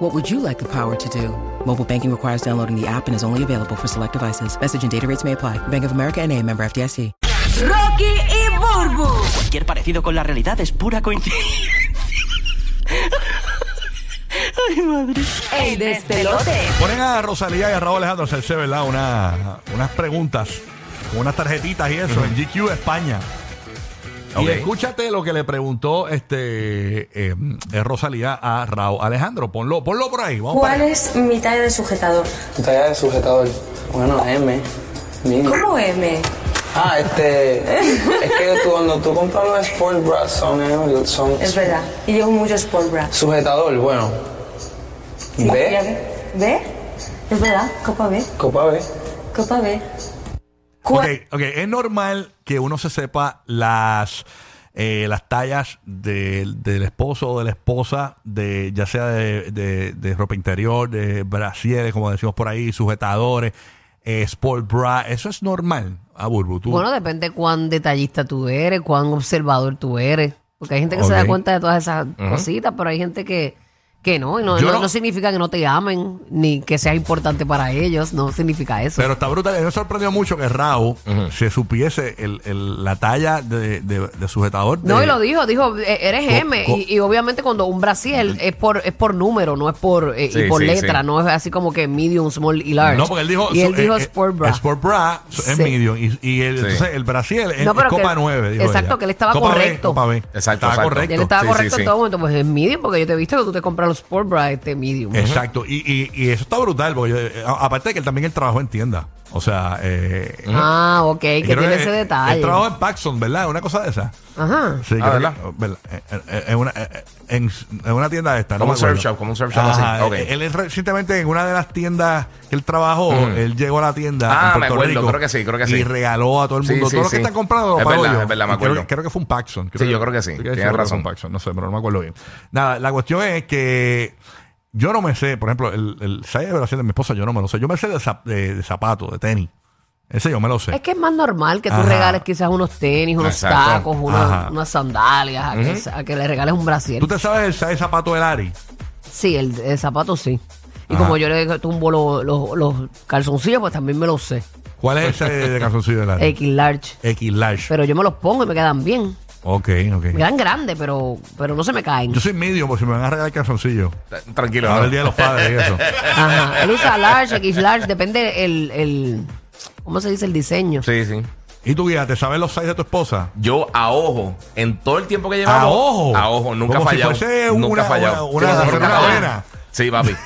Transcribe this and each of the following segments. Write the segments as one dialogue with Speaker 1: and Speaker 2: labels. Speaker 1: What would you like the power to do? Mobile banking requires downloading the app and is only available for select devices. Message and data rates may apply. Bank of America and a member FDIC.
Speaker 2: Rocky y Burbu.
Speaker 3: Cualquier parecido con la realidad es pura coincidencia. Ay, madre.
Speaker 2: El despelote.
Speaker 4: Ponen a Rosalía y a Raúl Alejandro a hacerse, ¿verdad? Una- unas preguntas, con unas tarjetitas y eso, en GQ España.
Speaker 5: Ok.
Speaker 4: Y escúchate lo que le preguntó este eh, eh, Rosalía a Raúl Alejandro. Ponlo, ponlo por ahí. Vamos para
Speaker 6: ¿Cuál
Speaker 4: allá.
Speaker 6: es mi talla de sujetador?
Speaker 7: Tu talla de sujetador. Bueno, M. Mínimo.
Speaker 6: ¿Cómo M?
Speaker 7: Ah, este. es que tú, cuando tú compras los sport bras son. M, son
Speaker 6: Es verdad. Y llevo mucho sport bra.
Speaker 7: Sujetador, bueno.
Speaker 6: Ya
Speaker 7: B.
Speaker 6: ve. ¿B? Es verdad. Copa B.
Speaker 7: Copa B.
Speaker 6: Copa B.
Speaker 4: Ok,
Speaker 6: ¿Cuál
Speaker 4: ok. Es normal que uno se sepa las, eh, las tallas de- del esposo o de la esposa, de, ya sea de, de- de ropa interior, de brasieres, como decimos por ahí, sujetadores, eh, sport bra. Eso es normal, a Burbu. Tú-
Speaker 8: Bueno, depende cuán detallista tú eres, cuán observador tú eres. Porque hay gente que se da
Speaker 4: Ok.
Speaker 8: cuenta de todas esas cositas, pero hay gente que, que no. Y no,
Speaker 4: Yo
Speaker 8: no-
Speaker 4: no-
Speaker 8: no significa que no te amen, ni que sea importante para ellos. No significa eso.
Speaker 4: Pero está brutal. A mí Me sorprendió mucho que Rao se supiese el- el- la talla de, de- de sujetador. de-
Speaker 8: no, y lo dijo, dijo, "E- eres
Speaker 4: Co-
Speaker 8: M.
Speaker 4: co-
Speaker 8: y, y obviamente cuando un Brasil es por, es por número, no es por, eh,
Speaker 5: Sí,
Speaker 8: y por
Speaker 5: sí,
Speaker 8: letra,
Speaker 5: sí.
Speaker 8: no es así como que medium, small y large.
Speaker 4: No, porque él dijo.
Speaker 8: Y él
Speaker 4: su-
Speaker 8: dijo
Speaker 4: eh, eh,
Speaker 8: sport bra.
Speaker 4: Sport bra so- es
Speaker 8: Sí.
Speaker 4: medium. Y, y el,
Speaker 5: Sí.
Speaker 4: entonces el Brasil es,
Speaker 8: No, pero
Speaker 4: es Copa
Speaker 8: que-
Speaker 4: 9. dijo
Speaker 8: exacto,
Speaker 4: ella.
Speaker 8: que él estaba
Speaker 4: Copa B,
Speaker 8: correcto.
Speaker 4: Copa B.
Speaker 5: Exacto,
Speaker 4: Estaba
Speaker 5: exacto.
Speaker 8: Y él
Speaker 4: correcto.
Speaker 8: estaba
Speaker 5: Sí, sí,
Speaker 8: correcto
Speaker 5: sí.
Speaker 8: en todo momento. Pues es medium, porque yo te he visto que tú te compras los sport bra, este medium.
Speaker 4: Exacto. Y, y- y eso está brutal. Porque, eh, a- aparte de que él también el trabajo en tienda. O sea. Eh,
Speaker 8: Ah, ok, que
Speaker 4: creo
Speaker 8: tiene ese
Speaker 4: eh, el-
Speaker 8: detalle.
Speaker 4: El trabajo en Paxson, ¿verdad? Una cosa de esa.
Speaker 8: Ajá.
Speaker 4: Sí,
Speaker 5: Ah,
Speaker 4: creo
Speaker 5: ¿verdad?
Speaker 4: que- ¿verdad? Eh, eh, eh, En una, eh, eh, en, en una tienda de esta. no
Speaker 5: Como un
Speaker 4: me acuerdo.
Speaker 5: surf shop, como un surf shop así.
Speaker 4: Ajá,
Speaker 5: Ok.
Speaker 4: eh, Él es recientemente en una de las tiendas que él trabajó, él llegó a la tienda.
Speaker 5: Mm. Ah,
Speaker 4: en
Speaker 5: me
Speaker 4: Puerto
Speaker 5: acuerdo,
Speaker 4: Rico
Speaker 5: creo que sí, creo que
Speaker 4: Y
Speaker 5: sí.
Speaker 4: regaló a todo el
Speaker 5: Sí,
Speaker 4: mundo.
Speaker 5: sí,
Speaker 4: todo lo que
Speaker 5: sí.
Speaker 4: están comprando lo
Speaker 5: Es
Speaker 4: pago
Speaker 5: verdad,
Speaker 4: yo.
Speaker 5: es verdad, me
Speaker 4: Y creo-
Speaker 5: acuerdo.
Speaker 4: Creo, que fue un Paxson.
Speaker 5: Sí, yo creo que sí. Tienes
Speaker 4: fue
Speaker 5: razón.
Speaker 4: un Paxson, no sé, pero no me acuerdo bien. Nada, la cuestión es que. Yo no me sé, por ejemplo, el, el size de Brasil de mi esposa, yo no me lo sé. Yo me sé de, zap- de, de zapato, de tenis. Ese yo me lo sé.
Speaker 8: Es que es más normal que tú
Speaker 4: Ajá.
Speaker 8: regales quizás unos tenis, unos
Speaker 5: Exacto.
Speaker 8: tacos, unos-
Speaker 4: Ajá.
Speaker 8: unas sandalias, a, que, a que le regales un brasier.
Speaker 4: ¿Tú te sabes el size de zapato del Ari?
Speaker 8: Sí, el, el zapato sí. Y
Speaker 4: Ajá.
Speaker 8: como yo le tumbo lo- lo- los calzoncillos, pues también me los sé.
Speaker 4: ¿Cuál es ese de calzoncillo del Ari?
Speaker 8: X large.
Speaker 4: X large.
Speaker 8: Pero yo me los pongo y me quedan bien.
Speaker 4: ok, ok.
Speaker 8: Me quedan grandes, pero, pero no se me caen.
Speaker 4: Yo soy medio por si me van a regalar calzoncillo.
Speaker 5: T- Tranquilo.
Speaker 4: Ahora
Speaker 5: ¿no?
Speaker 4: el día de los padres y eso.
Speaker 8: Ajá. Él usa large, X large, depende el, el ¿cómo se dice? el diseño.
Speaker 5: Sí, sí.
Speaker 4: ¿Y tu guía? ¿Te sabes los size de tu esposa?
Speaker 5: Yo a ojo, en todo el tiempo que llevamos.
Speaker 4: ¡A ojo!
Speaker 5: A ojo, nunca
Speaker 4: Como
Speaker 5: ha fallado.
Speaker 4: si fuese
Speaker 5: nunca
Speaker 4: una-
Speaker 5: ha fallado.
Speaker 4: una-
Speaker 5: Sí,
Speaker 4: una-
Speaker 5: como si fuese
Speaker 4: una
Speaker 5: cadena.
Speaker 4: cadena.
Speaker 5: Sí, papi.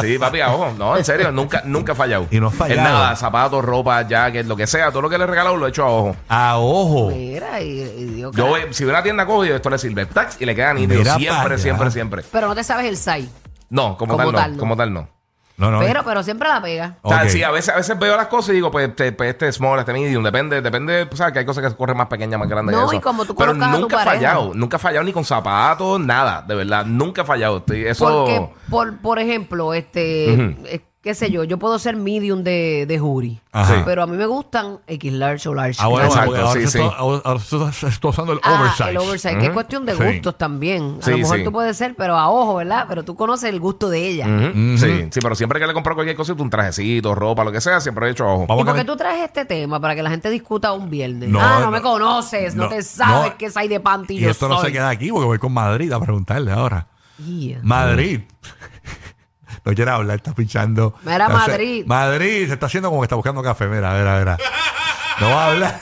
Speaker 5: Sí, papi, a ojo. No, en serio, nunca, nunca ha fallado.
Speaker 4: Y no has fallado.
Speaker 5: En nada, zapatos, ropa, jacket, lo que sea, todo lo que le he regalado lo he hecho a ojo.
Speaker 4: A Ah, ojo.
Speaker 8: Mira, y, y digo,
Speaker 5: Yo,
Speaker 8: cara.
Speaker 5: eh, si voy a una tienda cojo, yo esto le sirve. Tax, y le queda nítido.
Speaker 4: Mira para
Speaker 5: Siempre,
Speaker 4: allá.
Speaker 5: siempre, siempre.
Speaker 8: pero no te sabes el size.
Speaker 5: No, como,
Speaker 8: Como
Speaker 5: tal,
Speaker 8: tal,
Speaker 5: no.
Speaker 8: no.
Speaker 5: Como tal, no.
Speaker 4: No, no.
Speaker 8: Pero, pero siempre la pega.
Speaker 5: O sea,
Speaker 4: Ok.
Speaker 5: sí, a veces, a veces veo las cosas y digo, pues este, pues, este small, este medium, depende, depende, pues, sabes que hay cosas que corren más pequeñas, más grandes.
Speaker 8: No,
Speaker 5: eso.
Speaker 8: y como tú
Speaker 5: Pero
Speaker 8: colocas a tu
Speaker 5: nunca he
Speaker 8: pareja.
Speaker 5: fallado, nunca he fallado ni con zapatos, nada, de verdad, nunca he fallado. Estoy, eso.
Speaker 8: Porque, por, por ejemplo, este,
Speaker 5: Oh. Ujú.
Speaker 8: eh, qué sé yo, yo puedo ser medium de, de jury,
Speaker 4: Ajá.
Speaker 8: pero a mí me gustan X large o large.
Speaker 4: Ah, bueno,
Speaker 5: Exacto,
Speaker 4: porque ahora
Speaker 5: sí,
Speaker 4: se
Speaker 5: sí.
Speaker 4: está- ahora- ahora se está- se está usando el
Speaker 8: Ah,
Speaker 4: oversize.
Speaker 8: el oversize, que es cuestión de
Speaker 4: Sí.
Speaker 8: gustos también. A
Speaker 5: Sí,
Speaker 8: lo mejor
Speaker 5: sí.
Speaker 8: tú puedes ser, pero a ojo, ¿verdad? Pero tú conoces el gusto de ella.
Speaker 4: Mm.
Speaker 5: Ujú, sí, sí, pero siempre que le compro cualquier cosa, un trajecito, ropa, lo que sea, siempre he hecho ojo.
Speaker 4: Vamos
Speaker 8: ¿Y
Speaker 4: a
Speaker 8: por qué
Speaker 4: cam-
Speaker 8: tú traes este tema? Para que la gente discuta un viernes.
Speaker 4: No,
Speaker 8: ah, no,
Speaker 4: no.
Speaker 8: me conoces, no,
Speaker 4: No,
Speaker 8: te sabes
Speaker 4: no.
Speaker 8: qué size de panty
Speaker 4: Y
Speaker 8: yo
Speaker 4: esto
Speaker 8: soy.
Speaker 4: no se queda aquí porque voy con Madrid a preguntarle ahora.
Speaker 8: Yeah.
Speaker 4: Madrid. No quiere hablar, está pinchando.
Speaker 8: Mira,
Speaker 4: No sé.
Speaker 8: Madrid.
Speaker 4: Madrid se está haciendo como que está buscando café. Mira, mira, mira. No va a hablar.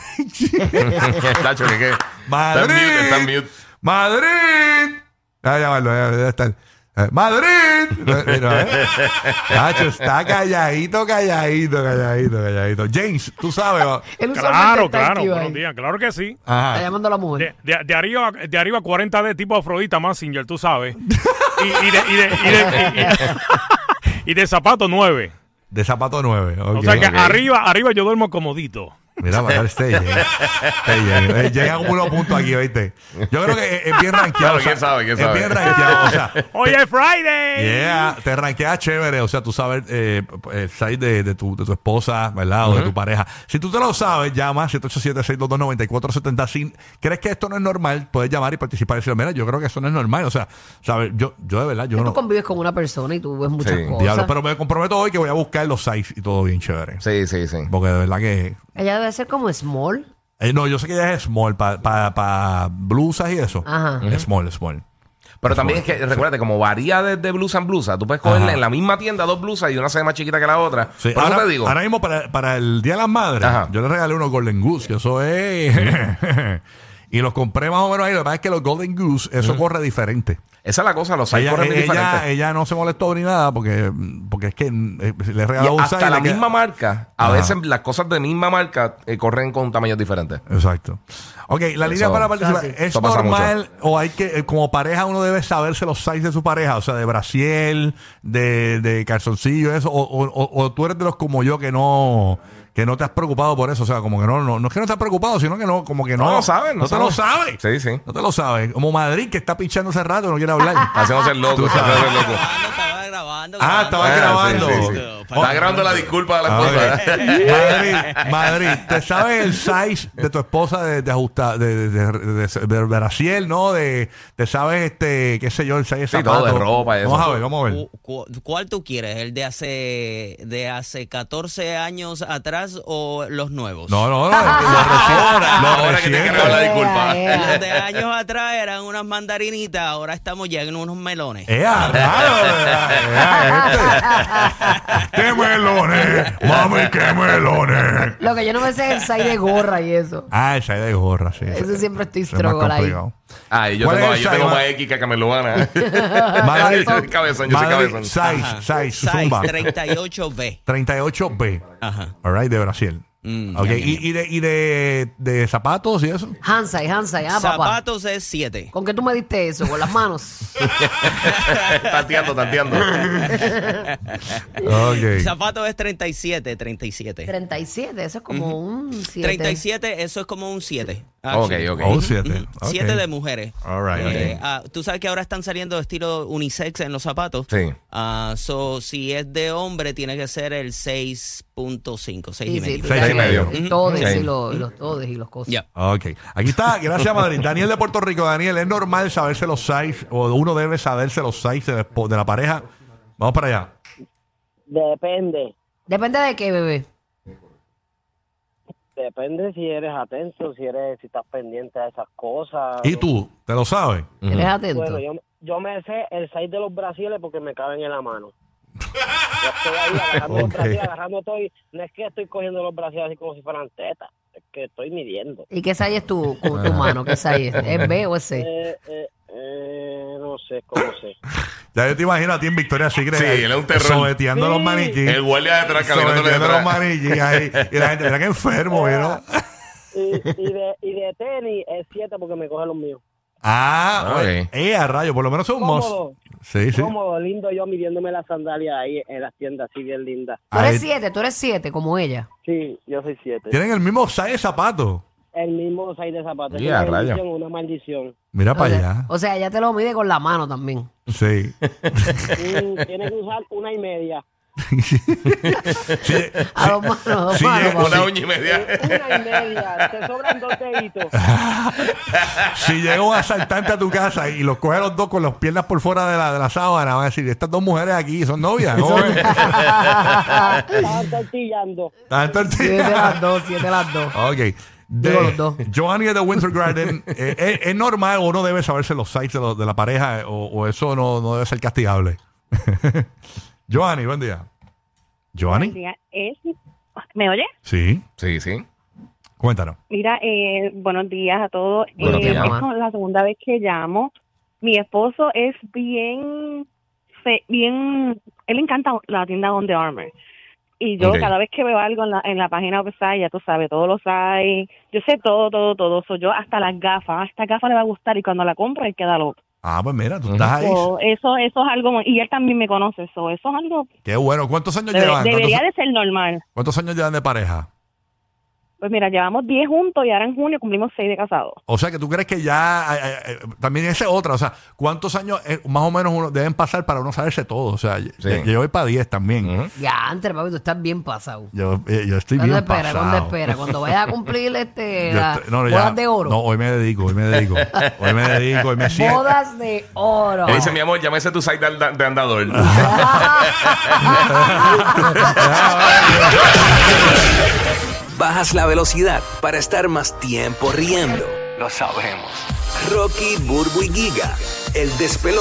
Speaker 5: Tacho, que qué. Está en
Speaker 4: Madrid.
Speaker 5: mute, está en mute.
Speaker 4: Madrid. Ah, ya, bueno, ya, ya está. Eh, Madrid. No, mira, eh. Nacho, está calladito, calladito, calladito, calladito. James, tú sabes. va-
Speaker 8: Él usualmente
Speaker 9: Claro,
Speaker 8: está
Speaker 9: claro,
Speaker 8: activo ahí.
Speaker 9: buenos días, claro que sí.
Speaker 8: Está
Speaker 4: Ajá.
Speaker 8: llamando a la mujer.
Speaker 9: De, de- de arriba, de arriba 40 de tipo Afrodita Massinger, tú sabes. Y, y de, y de, y de- y- y- y de zapato 9.
Speaker 4: De zapato 9.
Speaker 9: O sea que
Speaker 5: ok.
Speaker 9: arriba, arriba yo duermo comodito.
Speaker 4: Mira, para acá este Jay. Este Jay. Eh, Jay acumuló puntos aquí, ¿oíste? Yo creo que es, es bien rankeado.
Speaker 5: Claro, ¿quién sabe? ¿Quién sabe?
Speaker 4: Es bien rankeado. O sea,
Speaker 9: Hoy es Friday.
Speaker 4: Yeah, te ranqueas chévere, o sea, tú sabes eh, eh, salir de, de tu, de tu esposa, ¿verdad? O de tu pareja. Si tú te lo sabes, llama 787-622-9470. Si crees que esto no es normal, puedes llamar y participar y decir, mira, yo creo que eso no es normal. O sea, ¿sabes? Yo, yo de verdad, yo
Speaker 8: Tú
Speaker 4: no.
Speaker 8: convives con una persona y tú ves muchas
Speaker 5: Sí,
Speaker 8: cosas.
Speaker 4: Diablo, pero me comprometo hoy que voy a buscar los sites y todo bien chévere.
Speaker 5: Sí, sí, sí.
Speaker 4: Porque de verdad que.
Speaker 8: Ella debe ser como small.
Speaker 4: eh, no, yo sé que ella es small, para pa, pa blusas y eso.
Speaker 8: Ajá.
Speaker 4: Small, small.
Speaker 5: Pero también es que, recuérdate, como varía de, de blusa en blusa, tú puedes coger
Speaker 4: Ajá.
Speaker 5: en la misma tienda dos blusas y una se ve más chiquita que la otra.
Speaker 4: Sí,
Speaker 5: Por
Speaker 4: ahora,
Speaker 5: eso te digo.
Speaker 4: ahora mismo para, para el Día de las Madres,
Speaker 5: Ajá.
Speaker 4: yo le regalé unos Golden Goose, que eso es... y los compré más o menos ahí. Lo que pasa es que los Golden Goose, eso corre diferente.
Speaker 5: Esa es la cosa, los seis
Speaker 4: Ella,
Speaker 5: corren diferentes.
Speaker 4: ella, ella no se molestó ni nada porque, porque es que eh, le he
Speaker 5: Y
Speaker 4: regalado un size
Speaker 5: hasta
Speaker 4: y
Speaker 5: la
Speaker 4: le queda-
Speaker 5: misma marca, a
Speaker 4: Ajá.
Speaker 5: veces las cosas de misma marca eh, corren con tamaños diferentes.
Speaker 4: Exacto. Ok, la línea
Speaker 5: Eso-
Speaker 4: para participar.
Speaker 5: Eso
Speaker 4: ¿Es
Speaker 5: pasa
Speaker 4: normal o hay que, eh, como pareja, uno debe saberse los sizes de su pareja? O sea, de brasiel, de, de calzoncillo, eso. O, o- o- o tú eres de los como yo que no que no te has preocupado por eso. O sea, como que no, no, no es que no estás preocupado, sino que no, como que no.
Speaker 5: No lo sabes,
Speaker 4: No,
Speaker 5: no
Speaker 4: te lo sabes.
Speaker 5: sabes. Sí, sí.
Speaker 4: No te lo sabes. Como Madrid, que está pinchando hace rato, no quiere hablar.
Speaker 5: Hacemos el loco,
Speaker 4: Tú sabes.
Speaker 5: hacemos el loco.
Speaker 10: Estaba grabando.
Speaker 4: ah, estaba
Speaker 5: Ah,
Speaker 4: grabando.
Speaker 5: sí, sí, sí. Está grabando la disculpa de la
Speaker 4: Ah,
Speaker 5: esposa. ¿eh?
Speaker 4: ok. Madrid, Madrid, ¿te sabes el size de tu esposa de, de ajustar, de, de, de, de- de- de brasier, no? De, ¿Te sabes este, qué sé yo, el size de
Speaker 5: Sí, todo
Speaker 4: zapato?
Speaker 5: de ropa y eso. Uh,
Speaker 4: Vamos a ver, vamos a ver.
Speaker 10: Cu- cu- ¿Cuál tú quieres? ¿El de hace de hace 14 años atrás o los
Speaker 5: pues
Speaker 10: nuevos?
Speaker 4: No, no, no. Lo recién. lo
Speaker 5: Ahora que te
Speaker 4: recién.
Speaker 5: quiero hablar de
Speaker 8: Ea,
Speaker 5: disculpa.
Speaker 10: Los de años atrás eran unas mandarinitas, ahora estamos ya en unos melones.
Speaker 4: ¡Ea, raro! ea, ea, este. ¡Qué melones! ¡Mami, qué melones!
Speaker 8: Lo que yo no me sé es el size de gorra y eso.
Speaker 4: Ah, el size de gorra, sí.
Speaker 8: Eso siempre estoy
Speaker 4: Eso es más
Speaker 8: struggle ahí.
Speaker 4: complicado.
Speaker 5: Ay, yo
Speaker 4: ¿Cuál
Speaker 5: tengo,
Speaker 4: es el
Speaker 5: yo
Speaker 4: size,
Speaker 5: tengo
Speaker 4: ma-
Speaker 5: más X que Cameluana.
Speaker 4: Madrid,
Speaker 5: Yo soy cabezón, yo soy
Speaker 4: Madrid,
Speaker 5: cabezón.
Speaker 4: Size, size,
Speaker 10: Size
Speaker 4: zumba.
Speaker 10: 38B.
Speaker 4: 38B.
Speaker 10: Ajá.
Speaker 4: All right, de Brasil.
Speaker 10: Mm,
Speaker 4: ok,
Speaker 10: ya, ya,
Speaker 4: ¿Y, y de, y de, de zapatos y eso?
Speaker 8: Hansai, Hansai, ah, papá.
Speaker 10: Zapatos es 7.
Speaker 8: ¿Con qué tú me diste eso? ¿Con las manos?
Speaker 5: tanteando, tanteando.
Speaker 4: Ok.
Speaker 10: Zapatos es 37, 37.
Speaker 8: 37, eso es como un 7.
Speaker 10: 37, eso es como un Ah, 7.
Speaker 5: Ok, ok.
Speaker 4: Oh, siete. Ok.
Speaker 10: 7 Mm, de mujeres.
Speaker 4: All right,
Speaker 10: Eh,
Speaker 4: ok.
Speaker 10: ah, Tú sabes que ahora están saliendo estilo unisex en los zapatos.
Speaker 5: Sí.
Speaker 10: Ah, so, si es de hombre, tiene que ser el 6.5, 6 y
Speaker 8: Sí, sí,
Speaker 10: medio.
Speaker 8: tú
Speaker 4: Seis
Speaker 8: sabes,
Speaker 4: y medio.
Speaker 8: el Todes
Speaker 5: Sí.
Speaker 8: y los, los todes y los cosas.
Speaker 10: Ya.
Speaker 4: Ok. Aquí está. Gracias, Madrid. Daniel de Puerto Rico. Daniel, ¿es normal saberse los size o uno debe saberse los size de la, esp- de la pareja? Vamos para allá.
Speaker 11: Depende,
Speaker 8: Depende de qué, bebé.
Speaker 11: depende si eres atento, si eres, si estás pendiente a esas cosas.
Speaker 4: ¿Y tú? ¿Te lo sabes?
Speaker 8: Eres atento.
Speaker 11: Bueno, yo, yo me sé el 6 de los brasiles porque me caben en la mano. Yo estoy ahí agarrando los
Speaker 4: Ok.
Speaker 11: brasiles, agarrando todo y no es que estoy cogiendo los brasiles así como si fueran tetas, es que estoy midiendo.
Speaker 8: ¿Y qué size es tu, con tu mano? ¿Qué size es? ¿Es B o es C?
Speaker 11: Eh, eh, eh, no sé cómo sé.
Speaker 4: Ya yo te imagino a ti en Victoria Secret.
Speaker 5: Sí,
Speaker 4: ahí,
Speaker 5: él es un terror.
Speaker 4: Sobeteando a los maniquíes.
Speaker 5: El guardia detrás, caminándole
Speaker 4: Sobeteando a los
Speaker 5: detrás.
Speaker 4: maniquíes ahí. Y la gente, mira que enfermo, ¿no?
Speaker 11: Y, y de, y de tenis es 7 porque me coge los míos.
Speaker 4: Ah,
Speaker 5: Ok.
Speaker 4: oye, eh, a rayo, por lo menos es un must.
Speaker 11: Cómodo,
Speaker 4: Sí, sí.
Speaker 11: cómodo, lindo yo midiéndome las sandalias ahí en las tiendas, así bien lindas.
Speaker 8: Tú eres
Speaker 4: Ahí-
Speaker 8: 7, tú eres 7, como ella.
Speaker 11: Sí, yo soy 7.
Speaker 4: Tienen el mismo size de zapatos.
Speaker 11: El mismo seis de zapatos.
Speaker 5: Ya,
Speaker 11: es una
Speaker 5: rayo.
Speaker 11: bendición, una maldición.
Speaker 4: Mira
Speaker 8: O
Speaker 4: para
Speaker 8: sea,
Speaker 4: allá.
Speaker 8: o sea, ella te lo mide con la mano también.
Speaker 4: Sí.
Speaker 11: Mm, tiene que usar una y media.
Speaker 4: Sí,
Speaker 8: A dos manos, a dos
Speaker 4: Sí,
Speaker 8: manos.
Speaker 4: llega-
Speaker 8: papá.
Speaker 5: Una uña y media.
Speaker 11: Una y media. Te sobran dos deditos.
Speaker 4: si llega un asaltante a tu casa y los coge a los dos con las piernas por fuera de la, de la sábana, van a decir, estas dos mujeres aquí son novias. ¿cómo ven?
Speaker 11: Estaban tortillando.
Speaker 4: Están tortillas.
Speaker 8: Siete las dos, siete las dos.
Speaker 4: ok.
Speaker 8: Digo los dos.
Speaker 4: De, Giovanni de Winter Garden, eh, ¿es, es normal o no debe saberse los sites de, los- de la pareja eh, o, o eso no, no debe ser castigable? Giovanni, buen día. Giovanni,
Speaker 11: ¿Me oye?
Speaker 4: sí,
Speaker 5: Sí, sí.
Speaker 4: cuéntanos.
Speaker 11: Mira, eh, buenos días a todos.
Speaker 8: Buenos
Speaker 11: Eh,
Speaker 8: días,
Speaker 11: es
Speaker 8: mamá.
Speaker 11: con la segunda vez que llamo. Mi esposo es bien, fe- bien, él le encanta la tienda On The Armour. Y yo
Speaker 5: Ok.
Speaker 11: cada vez que veo algo en la, en la página website, ya tú sabes, todos los hay. Yo sé todo, todo, todo. So, yo hasta las gafas, a esta gafa le va a gustar y cuando la compra él queda loco.
Speaker 4: Ah, pues mira, tú estás ahí.
Speaker 11: So, eso, eso es algo, muy- y él también me conoce, eso, eso es algo,
Speaker 4: Qué bueno. ¿Cuántos años
Speaker 11: debe-
Speaker 4: llevan? ¿Cuántos-
Speaker 11: debería de ser normal.
Speaker 4: ¿Cuántos años llevan de pareja?
Speaker 11: Pues mira, llevamos 10 juntos y ahora en junio cumplimos 6 de casados.
Speaker 4: O sea, que tú crees que ya. eh, eh, eh, también esa es otra. O sea, ¿cuántos años eh, más o menos uno deben pasar para uno saberse todo? O sea, yo- yo, yo voy para 10 también.
Speaker 8: Ya, antes, papi, tú estás bien pasado.
Speaker 4: yo, eh, yo estoy bien.
Speaker 8: ¿Dónde espera?
Speaker 4: pasado.
Speaker 8: ¿Dónde espera? Cuando vayas a cumplir este,
Speaker 4: Yo
Speaker 8: las
Speaker 4: estoy- no, no, ya.
Speaker 8: bodas de oro.
Speaker 4: No, hoy me dedico, hoy me dedico. hoy me dedico, hoy me siento.
Speaker 8: bodas de oro.
Speaker 5: Le dice, mi amor, llámese tu site de, anda- de andador.
Speaker 12: Bajas la velocidad para estar más tiempo riendo. Lo sabemos. Rocky, Burbu y Giga, el despelote.